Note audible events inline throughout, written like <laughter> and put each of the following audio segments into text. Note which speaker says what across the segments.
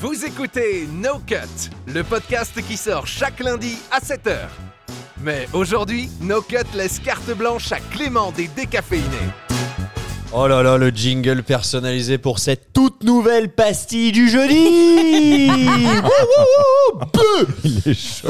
Speaker 1: Vous écoutez No Cut, le podcast qui sort chaque lundi à 7h. Mais aujourd'hui, No Cut laisse carte blanche à Clément des décaféinés.
Speaker 2: Oh là là, le jingle personnalisé pour cette toute nouvelle pastille du
Speaker 3: <laughs>
Speaker 2: jeudi
Speaker 3: Il est chaud.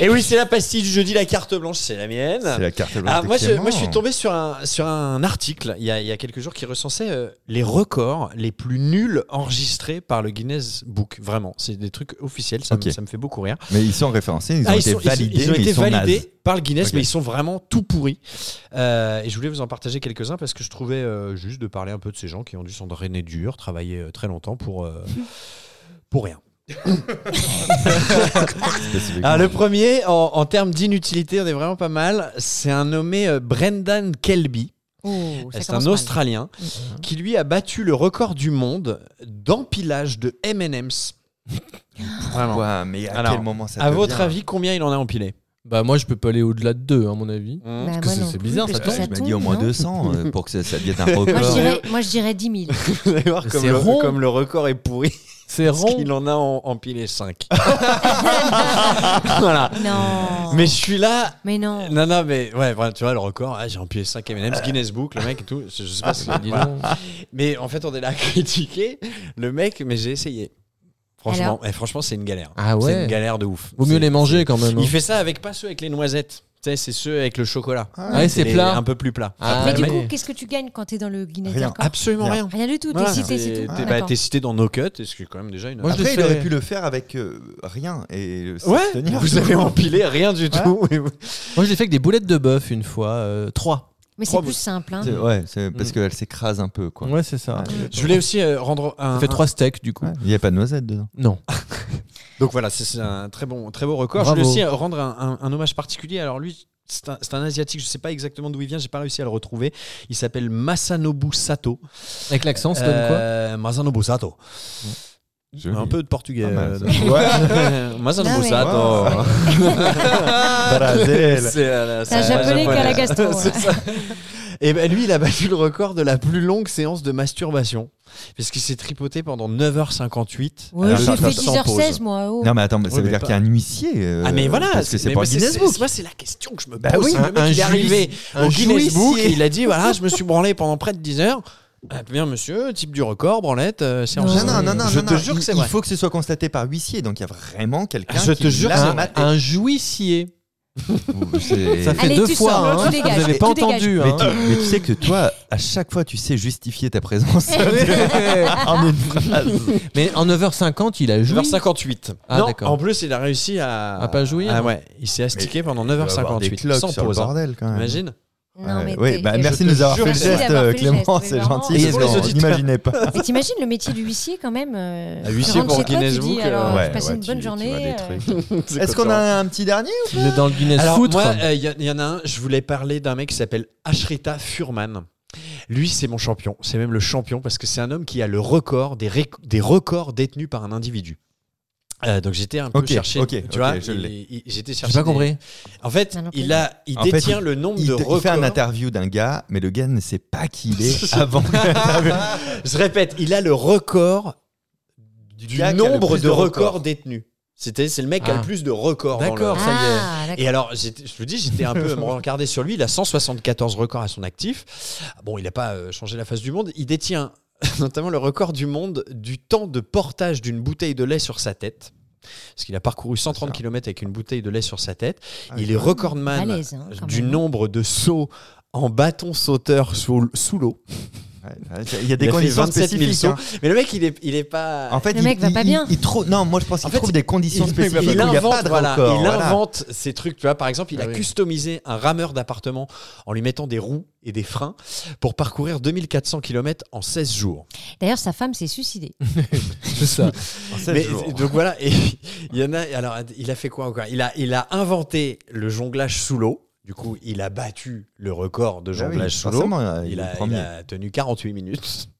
Speaker 2: Et oui, c'est la pastille du jeudi, la carte blanche, c'est la mienne.
Speaker 3: C'est la carte blanche.
Speaker 2: Ah,
Speaker 3: de
Speaker 2: moi, je,
Speaker 3: Clément.
Speaker 2: moi, je suis tombé sur un, sur un article il y, a, il y a quelques jours qui recensait euh, les records les plus nuls enregistrés par le Guinness Book. Vraiment, c'est des trucs officiels, ça, me-
Speaker 3: Ok.
Speaker 2: ça me fait beaucoup rire.
Speaker 3: Mais ils sont référencés, ils ont
Speaker 2: Ah,
Speaker 3: été
Speaker 2: sont- ils-
Speaker 3: validés,
Speaker 2: ils ont
Speaker 3: mais
Speaker 2: été
Speaker 3: ils sont
Speaker 2: validés
Speaker 3: nazes.
Speaker 2: par le Guinness,
Speaker 3: Ok.
Speaker 2: mais ils sont vraiment tout pourris. Euh, et je voulais vous en partager quelques-uns parce que je trouvais euh, juste de parler un peu de ces gens qui ont dû s'en drainer dur, travailler euh, très longtemps pour,
Speaker 4: <laughs>
Speaker 2: euh, pour rien.
Speaker 3: spécifiquement.
Speaker 2: Ah, le premier, en, en termes d'inutilité, on est vraiment pas mal. C'est un nommé euh, Brendan Kelby.
Speaker 4: Oh, ça
Speaker 2: C'est
Speaker 4: commence
Speaker 2: un
Speaker 4: mal. Mm.
Speaker 2: Australien qui lui a battu le record du monde d'empilage de M&M's. Vraiment.
Speaker 3: Ouah, mais à
Speaker 2: Alors,
Speaker 3: quel moment ça
Speaker 2: À
Speaker 3: devient-
Speaker 2: votre avis, combien il en a empilé Mmh.
Speaker 5: Bah moi je peux pas aller au-delà de deux à mon avis.
Speaker 4: Bah,
Speaker 5: Parce que
Speaker 4: moi
Speaker 5: c'est-
Speaker 4: non
Speaker 5: c'est
Speaker 4: plus,
Speaker 5: bizarre,
Speaker 4: parce
Speaker 5: ça
Speaker 4: que
Speaker 5: tombe.
Speaker 3: Tu m'as dit au
Speaker 4: tombe,
Speaker 3: moins
Speaker 4: non
Speaker 3: 200 euh, pour que ça, ça devienne
Speaker 2: <laughs>
Speaker 3: un
Speaker 4: Moi je,
Speaker 3: record.
Speaker 4: dirais, moi je dirais 10 000.
Speaker 2: Vous allez voir comme
Speaker 5: C'est
Speaker 2: le,
Speaker 5: rond.
Speaker 2: comme le record est pourri. <laughs>
Speaker 5: C'est
Speaker 2: Parce
Speaker 5: rond.
Speaker 2: qu'il en a en- empilé 5. <laughs> voilà.
Speaker 4: non.
Speaker 2: Mais je suis là.
Speaker 4: Mais non.
Speaker 2: Non, non, mais ouais, voilà, tu vois, le record, ah, j'ai empilé 5 M&M's, Guinness Book, le mec et tout. Je, je sais pas ce qu'il dit. <laughs>
Speaker 5: Dis donc.
Speaker 2: Mais en fait, on est là à critiquer le mec, mais j'ai essayé. Franchement, eh, franchement c'est une galère.
Speaker 5: Ah
Speaker 2: C'est une
Speaker 5: ouais.
Speaker 2: galère de ouf.
Speaker 5: Vaut mieux
Speaker 2: C'est-
Speaker 5: les manger quand même. hein.
Speaker 2: Il fait ça avec pas ceux avec les noisettes. Tu sais, c'est ceux avec le chocolat.
Speaker 5: Ah ouais, c'est
Speaker 2: Les-
Speaker 5: plat.
Speaker 2: Un peu plus plat.
Speaker 5: Ah,
Speaker 4: mais du
Speaker 5: mais-
Speaker 4: coup, qu'est-ce que tu gagnes quand t'es dans le Guinness
Speaker 3: Rien.
Speaker 4: Record
Speaker 2: Absolument rien.
Speaker 4: Rien du tout. T'es
Speaker 2: Voilà.
Speaker 4: cité,
Speaker 2: T'es-
Speaker 4: c'est tout.
Speaker 2: T'es bah,
Speaker 4: D'accord.
Speaker 2: t'es cité dans No Cut, et ce qui est quand même déjà une.
Speaker 5: Moi, je
Speaker 3: Après,
Speaker 5: le
Speaker 3: il aurait
Speaker 5: fais.
Speaker 3: pu le faire avec euh, rien et euh,
Speaker 2: ouais,
Speaker 3: s'abstenir.
Speaker 2: vous
Speaker 3: <laughs>
Speaker 2: avez empilé rien du tout.
Speaker 5: Moi je l'ai fait avec des boulettes de bœuf une fois, euh, trois.
Speaker 4: Mais c'est
Speaker 2: Trois
Speaker 4: plus
Speaker 2: bouts.
Speaker 4: simple. hein.
Speaker 3: C'est- Ouais, c'est parce
Speaker 5: Mm.
Speaker 3: qu'elle s'écrase un peu, quoi.
Speaker 5: Ouais c'est ça.
Speaker 3: Ouais.
Speaker 2: Je voulais aussi euh, rendre un.
Speaker 5: Ça fait
Speaker 2: un-
Speaker 5: trois steaks du coup.
Speaker 3: Ouais, Il n'y a pas de noisette dedans.
Speaker 5: Non.
Speaker 2: Donc voilà, c'est c'est un très bon, très beau record.
Speaker 5: Bravo.
Speaker 2: Je voulais aussi euh, rendre un, un- un hommage particulier. Alors lui, c'est un, c'est un asiatique. Je sais pas exactement d'où il vient. J'ai pas réussi à le retrouver. Il s'appelle Masanobu Sato.
Speaker 5: Avec l'accent ça donne quoi
Speaker 2: Euh, Masanobu Sato. Un peu de portugais.
Speaker 3: Pas mal,
Speaker 2: euh,
Speaker 3: ça.
Speaker 2: <laughs> dans-
Speaker 4: Ah
Speaker 2: Masanobu
Speaker 4: ouais.
Speaker 2: Sato. <laughs>
Speaker 3: Brasel.
Speaker 2: C'est euh,
Speaker 4: C'est un
Speaker 2: c'est
Speaker 4: japonais qui a la gastro. ouais.
Speaker 2: <laughs> C'est ça. Et ben lui, il a battu le record de la plus longue séance de masturbation. Parce qu'il s'est tripoté pendant 9h58.
Speaker 4: Ouais,
Speaker 3: Alors,
Speaker 4: j'ai
Speaker 3: attends,
Speaker 4: fait
Speaker 3: attends,
Speaker 4: 10h16 moi. oh.
Speaker 3: Non, mais attends, mais ça
Speaker 2: Oui,
Speaker 3: veut
Speaker 2: mais
Speaker 3: dire
Speaker 2: pas-
Speaker 3: qu'il y a un huissier. euh,
Speaker 2: Ah mais voilà,
Speaker 3: Parce que bah, c'est
Speaker 2: mais
Speaker 3: pas le
Speaker 2: parce que
Speaker 3: Guinness
Speaker 2: c'est-
Speaker 3: Book.
Speaker 2: c'est- Moi, c'est la question que je me pose.
Speaker 3: Bah oui,
Speaker 2: Le mec,
Speaker 5: un
Speaker 2: il est
Speaker 5: juice-
Speaker 2: arrivé
Speaker 5: un
Speaker 2: au Guinness
Speaker 5: juicier.
Speaker 2: Book et il a dit voilà, je me suis branlé pendant près de 10 heures. Ah, bien monsieur, type du record, branlette, euh, séance.
Speaker 3: Non, non, non, non,
Speaker 2: je
Speaker 3: non,
Speaker 2: te
Speaker 3: non,
Speaker 2: jure
Speaker 3: il-
Speaker 2: que c'est
Speaker 3: il
Speaker 2: vrai.
Speaker 3: faut que ce soit constaté par huissier, donc il y a vraiment quelqu'un.
Speaker 2: Je
Speaker 3: qui
Speaker 2: te jure,
Speaker 3: l'a
Speaker 2: c'est-
Speaker 3: maté.
Speaker 5: Un jouissier.
Speaker 3: C'est-
Speaker 5: Ça fait
Speaker 4: Allez,
Speaker 5: deux
Speaker 4: tu
Speaker 5: fois.
Speaker 4: sors,
Speaker 5: hein.
Speaker 4: tu dégages,
Speaker 5: Vous avez pas
Speaker 4: tu dégages.
Speaker 5: entendu.
Speaker 3: Mais
Speaker 5: hein.
Speaker 3: tu, mais tu sais que toi, à chaque fois, tu sais justifier ta présence en une phrase.
Speaker 5: Mais en 9h50 il a joué.
Speaker 2: 9h58.
Speaker 5: Ah,
Speaker 2: non,
Speaker 5: d'accord.
Speaker 2: en plus, il a réussi à.
Speaker 5: À pas hein. jouir.
Speaker 2: Ah ouais, il s'est astiqué pendant
Speaker 3: Il doit avoir des
Speaker 2: 9h58.
Speaker 3: cloques
Speaker 2: Sans
Speaker 3: sur le
Speaker 2: pause. hein.
Speaker 3: bordel quand même.
Speaker 2: Imagine.
Speaker 3: <laughs>
Speaker 4: Non,
Speaker 3: Ouais.
Speaker 4: mais
Speaker 3: Oui,
Speaker 4: t'es-
Speaker 3: bah,
Speaker 4: t'es-
Speaker 3: merci de nous avoir
Speaker 2: jure
Speaker 3: fait le
Speaker 2: que-
Speaker 3: geste,
Speaker 4: Merci d'avoir
Speaker 3: euh,
Speaker 4: fait le geste,
Speaker 3: Clément,
Speaker 4: mais
Speaker 3: c'est
Speaker 4: vraiment.
Speaker 3: gentil.
Speaker 2: Et
Speaker 3: parce
Speaker 2: pour les
Speaker 3: qu'on
Speaker 2: auditeurs.
Speaker 3: n'imaginait pas.
Speaker 4: Et t'imagines le métier du huissier quand même euh,
Speaker 2: Ah, huissier
Speaker 4: tu rentres
Speaker 2: pour
Speaker 4: chez toi,
Speaker 2: Guinness
Speaker 4: tu dis,
Speaker 2: Book, euh,
Speaker 4: alors,
Speaker 3: Ouais,
Speaker 4: je passe
Speaker 3: ouais,
Speaker 4: une
Speaker 3: tu-
Speaker 4: bonne
Speaker 3: tu vois
Speaker 4: journée.
Speaker 3: des
Speaker 4: euh,
Speaker 3: trucs. Est-ce qu'on a un petit dernier ou-
Speaker 5: Vous êtes dans le Guinness
Speaker 2: Alors
Speaker 5: Foutre.
Speaker 2: moi, il y, a- y en a un, je voulais parler d'un mec qui s'appelle Ashrita Furman. Lui, c'est mon champion. C'est même le champion parce que c'est un homme qui a le record des, réc- des records détenus par un individu. Euh, donc j'étais un peu
Speaker 3: Ok,
Speaker 2: cherché.
Speaker 3: ok,
Speaker 2: tu
Speaker 3: ok,
Speaker 2: vois,
Speaker 3: je
Speaker 2: il-
Speaker 3: l'ai.
Speaker 2: il- j'étais
Speaker 5: J'ai
Speaker 2: cherché.
Speaker 5: pas
Speaker 2: des-
Speaker 5: compris.
Speaker 2: En fait,
Speaker 4: Non, non plus.
Speaker 2: il a, il
Speaker 3: En fait,
Speaker 2: détient
Speaker 3: il-
Speaker 2: le nombre
Speaker 3: il,
Speaker 2: de
Speaker 3: te- il
Speaker 2: records.
Speaker 3: fait un interview d'un gars, mais le gars ne sait pas qui il est avant.
Speaker 2: <laughs> Je répète, il a le record du
Speaker 3: gars qui a le
Speaker 2: nombre
Speaker 3: plus
Speaker 2: de
Speaker 3: de
Speaker 2: records,
Speaker 3: records.
Speaker 2: détenus. C'était, c'est le mec qui a
Speaker 5: Ah.
Speaker 2: le plus de records. dans le-
Speaker 5: D'accord. Ça y est.
Speaker 4: Ah, d'accord.
Speaker 2: Et alors, j'étais- je vous dis, j'étais un peu à me regarder sur lui. Il a 174 records à son actif. Bon, il n'a pas euh, changé la face du monde. Il détient <laughs> notamment le record du monde du temps de portage d'une bouteille de lait sur sa tête. Parce qu'il a parcouru 130 km avec une bouteille de lait sur sa tête.
Speaker 3: Ah
Speaker 2: il est recordman
Speaker 4: Malaise, hein, quand
Speaker 2: du
Speaker 4: même.
Speaker 2: nombre de sauts en bâton sauteur sous, sous l'eau.
Speaker 3: Ouais, Il y a des
Speaker 2: Il a fait
Speaker 3: conditions
Speaker 2: 27 000
Speaker 3: spécifiques. hein.
Speaker 2: Mais le mec, il est, il est pas.
Speaker 3: En fait,
Speaker 4: Le
Speaker 3: il,
Speaker 4: mec va
Speaker 3: il-
Speaker 4: pas
Speaker 3: il-
Speaker 4: bien.
Speaker 3: il trouve- Non, moi je pense
Speaker 2: En
Speaker 3: qu'il
Speaker 2: fait,
Speaker 3: trouve des conditions
Speaker 2: il-
Speaker 3: spécifiques.
Speaker 2: Il,
Speaker 3: où il n'y a pas
Speaker 2: invente,
Speaker 3: de
Speaker 2: voilà,
Speaker 3: record,
Speaker 2: il
Speaker 3: voilà.
Speaker 2: invente ces trucs. Tu vois, par exemple, il a
Speaker 5: Ah oui.
Speaker 2: customisé un rameur d'appartement en lui mettant des roues et des freins pour parcourir 2400 km en 16 jours.
Speaker 4: D'ailleurs, sa femme s'est suicidée.
Speaker 5: C'est ça.
Speaker 3: En
Speaker 2: <laughs>
Speaker 3: 16
Speaker 2: Mais,
Speaker 3: jours.
Speaker 2: donc voilà, et <laughs> il y en a. Alors, il a fait quoi encore il a, il a inventé le jonglage sous l'eau. Du coup, il a battu le record de
Speaker 3: Ah oui,
Speaker 2: jonglage sous l'eau.
Speaker 3: forcément, euh,
Speaker 2: Il
Speaker 3: il est
Speaker 2: a, il
Speaker 3: premier.
Speaker 2: a tenu 48 minutes.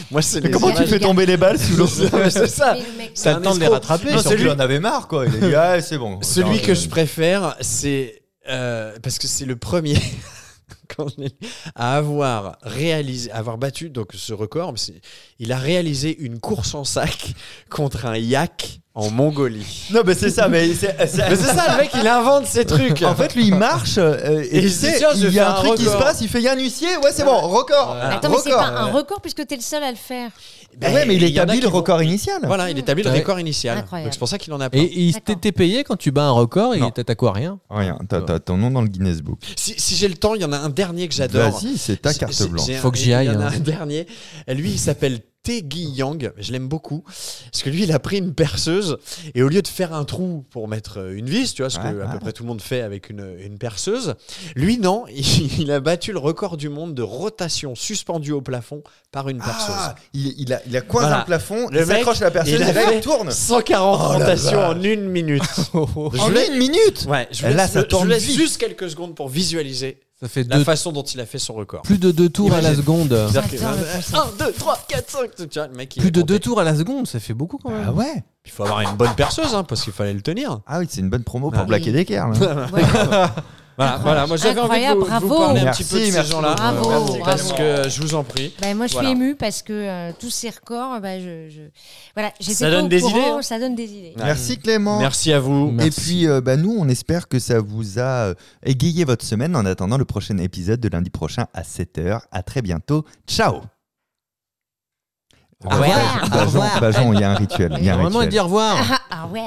Speaker 2: <laughs> Moi, c'est les
Speaker 3: Comment tu
Speaker 2: images-
Speaker 3: fais tomber les balles sous
Speaker 2: <laughs>
Speaker 3: l'eau
Speaker 2: C'est ça.
Speaker 4: Mais le mec-
Speaker 2: C'est un
Speaker 5: le temps de les
Speaker 2: escroc.
Speaker 5: rattraper.
Speaker 2: Non,
Speaker 3: Non,
Speaker 2: c'est lui-
Speaker 3: celui en avait marre, quoi. Il a dit, ah, c'est bon.
Speaker 2: Celui
Speaker 3: Non,
Speaker 2: que
Speaker 3: euh,
Speaker 2: je préfère, c'est. euh, parce que c'est le premier. <laughs> quand je l'ai lu, à avoir réalisé, à avoir battu donc ce record. mais c'est- Il a réalisé une course en sac <laughs> contre un yak en Mongolie.
Speaker 3: Non, mais c'est ça, mais c'est.
Speaker 2: <laughs> Mais c'est ça, le mec, il invente ces trucs.
Speaker 3: En fait, lui, il marche euh, et,
Speaker 2: Et
Speaker 3: tu
Speaker 2: il se dit,
Speaker 3: sais,
Speaker 2: tiens, je vais
Speaker 3: il y a
Speaker 2: faire
Speaker 3: un
Speaker 2: un
Speaker 3: truc qui se
Speaker 2: record.
Speaker 3: passe, il fait, il y a un huissier, ouais, c'est bon, record.
Speaker 2: Ouais.
Speaker 4: Mais Attends, mais c'est pas un record puisque t'es le seul à le faire.
Speaker 2: Ben,
Speaker 3: ouais, mais il
Speaker 2: y en a
Speaker 3: établit
Speaker 2: qui
Speaker 3: le
Speaker 2: vont-
Speaker 3: record initial.
Speaker 2: Voilà, il établit le
Speaker 5: Ouais.
Speaker 2: record initial.
Speaker 4: Incroyable.
Speaker 2: Donc c'est pour ça qu'il en a plein.
Speaker 5: Et il
Speaker 4: D'accord.
Speaker 5: t'était payé quand tu bats un record,
Speaker 3: Non.
Speaker 5: il t'attaque à rien.
Speaker 3: Rien, t'as t'as ton nom dans le Guinness Book.
Speaker 2: Si, si j'ai le temps, il y en a un dernier que j'adore.
Speaker 3: Vas-y, c'est ta
Speaker 2: C'est-
Speaker 3: carte
Speaker 2: c'est-
Speaker 3: blanche.
Speaker 2: j'ai un-
Speaker 5: Faut que j'y aille,
Speaker 2: Il y en a
Speaker 5: hein.
Speaker 2: un dernier. Lui, il s'appelle Tegui Yang. Je l'aime beaucoup. Parce que lui, il a pris une perceuse. Et au lieu de faire un trou pour mettre euh, une vis, tu vois, ce que
Speaker 3: Ouais,
Speaker 2: à
Speaker 3: ouais.
Speaker 2: peu près tout le monde fait avec une, une perceuse, lui, non. <laughs> Il, il a battu le record du monde de rotation suspendue au plafond par une perceuse.
Speaker 3: Ah, il, il a, il a coincé
Speaker 2: Voilà.
Speaker 3: un plafond,
Speaker 2: Le
Speaker 3: il s'accroche à la personne,
Speaker 2: il
Speaker 3: il,
Speaker 2: a
Speaker 3: fait,
Speaker 2: fait-
Speaker 3: tourne.
Speaker 2: 140
Speaker 3: Oh la
Speaker 2: rotations
Speaker 3: vache.
Speaker 2: en une minute. Je
Speaker 3: <laughs> en
Speaker 2: voulais-
Speaker 3: une minute
Speaker 2: Ouais, je vous
Speaker 3: Là,
Speaker 2: laisse,
Speaker 3: ça
Speaker 2: le- je vous
Speaker 3: tourne
Speaker 2: laisse
Speaker 3: vite.
Speaker 2: juste quelques secondes pour visualiser
Speaker 5: Ça fait
Speaker 2: la
Speaker 5: deux-
Speaker 2: façon dont il a fait son record.
Speaker 5: plus de deux tours à la
Speaker 2: Imagine.
Speaker 5: seconde.
Speaker 2: C'est-à-dire que- Euh,
Speaker 4: J'adore le concept.
Speaker 2: 1, 2, 3, 4, 5. le mec, il
Speaker 5: Plus de
Speaker 2: comptait.
Speaker 5: deux tours à la seconde, ça fait beaucoup quand même.
Speaker 3: Ah ouais
Speaker 2: Il faut avoir une bonne perceuse, hein, parce qu'il fallait le tenir.
Speaker 3: Ah oui, c'est une bonne promo
Speaker 2: Ah.
Speaker 3: pour Black et Decker. là.
Speaker 2: Voilà, voilà. moi j'avais envie de
Speaker 4: Incroyable,
Speaker 2: vous,
Speaker 4: bravo.
Speaker 2: vous parler
Speaker 3: Merci,
Speaker 2: un petit peu de ces
Speaker 3: merci
Speaker 2: gens-là.
Speaker 4: beaucoup. Bravo,
Speaker 2: euh, parce
Speaker 4: bravo.
Speaker 2: que euh, je vous en prie.
Speaker 4: Bah, moi, je
Speaker 2: Voilà.
Speaker 4: suis émue parce que euh, tous ces records, bah, je, je- voilà, j'étais
Speaker 2: Ça
Speaker 4: pas
Speaker 2: donne
Speaker 4: au
Speaker 2: des
Speaker 4: courant,
Speaker 2: idées, hein.
Speaker 4: Ça donne des idées.
Speaker 3: Merci Clément.
Speaker 2: Merci à vous.
Speaker 3: Et puis, euh, bah, nous, on espère que ça vous a euh, égayé votre semaine en attendant le prochain épisode de lundi prochain à 7h. À très bientôt. Ciao Bah,
Speaker 5: Au revoir.
Speaker 3: Bajon, Bajon, Bajon, il y a un rituel. Il y a un
Speaker 5: Normalement, il
Speaker 3: rituel.
Speaker 5: dit
Speaker 4: <laughs>
Speaker 5: au revoir.
Speaker 4: Ah, ah ouais.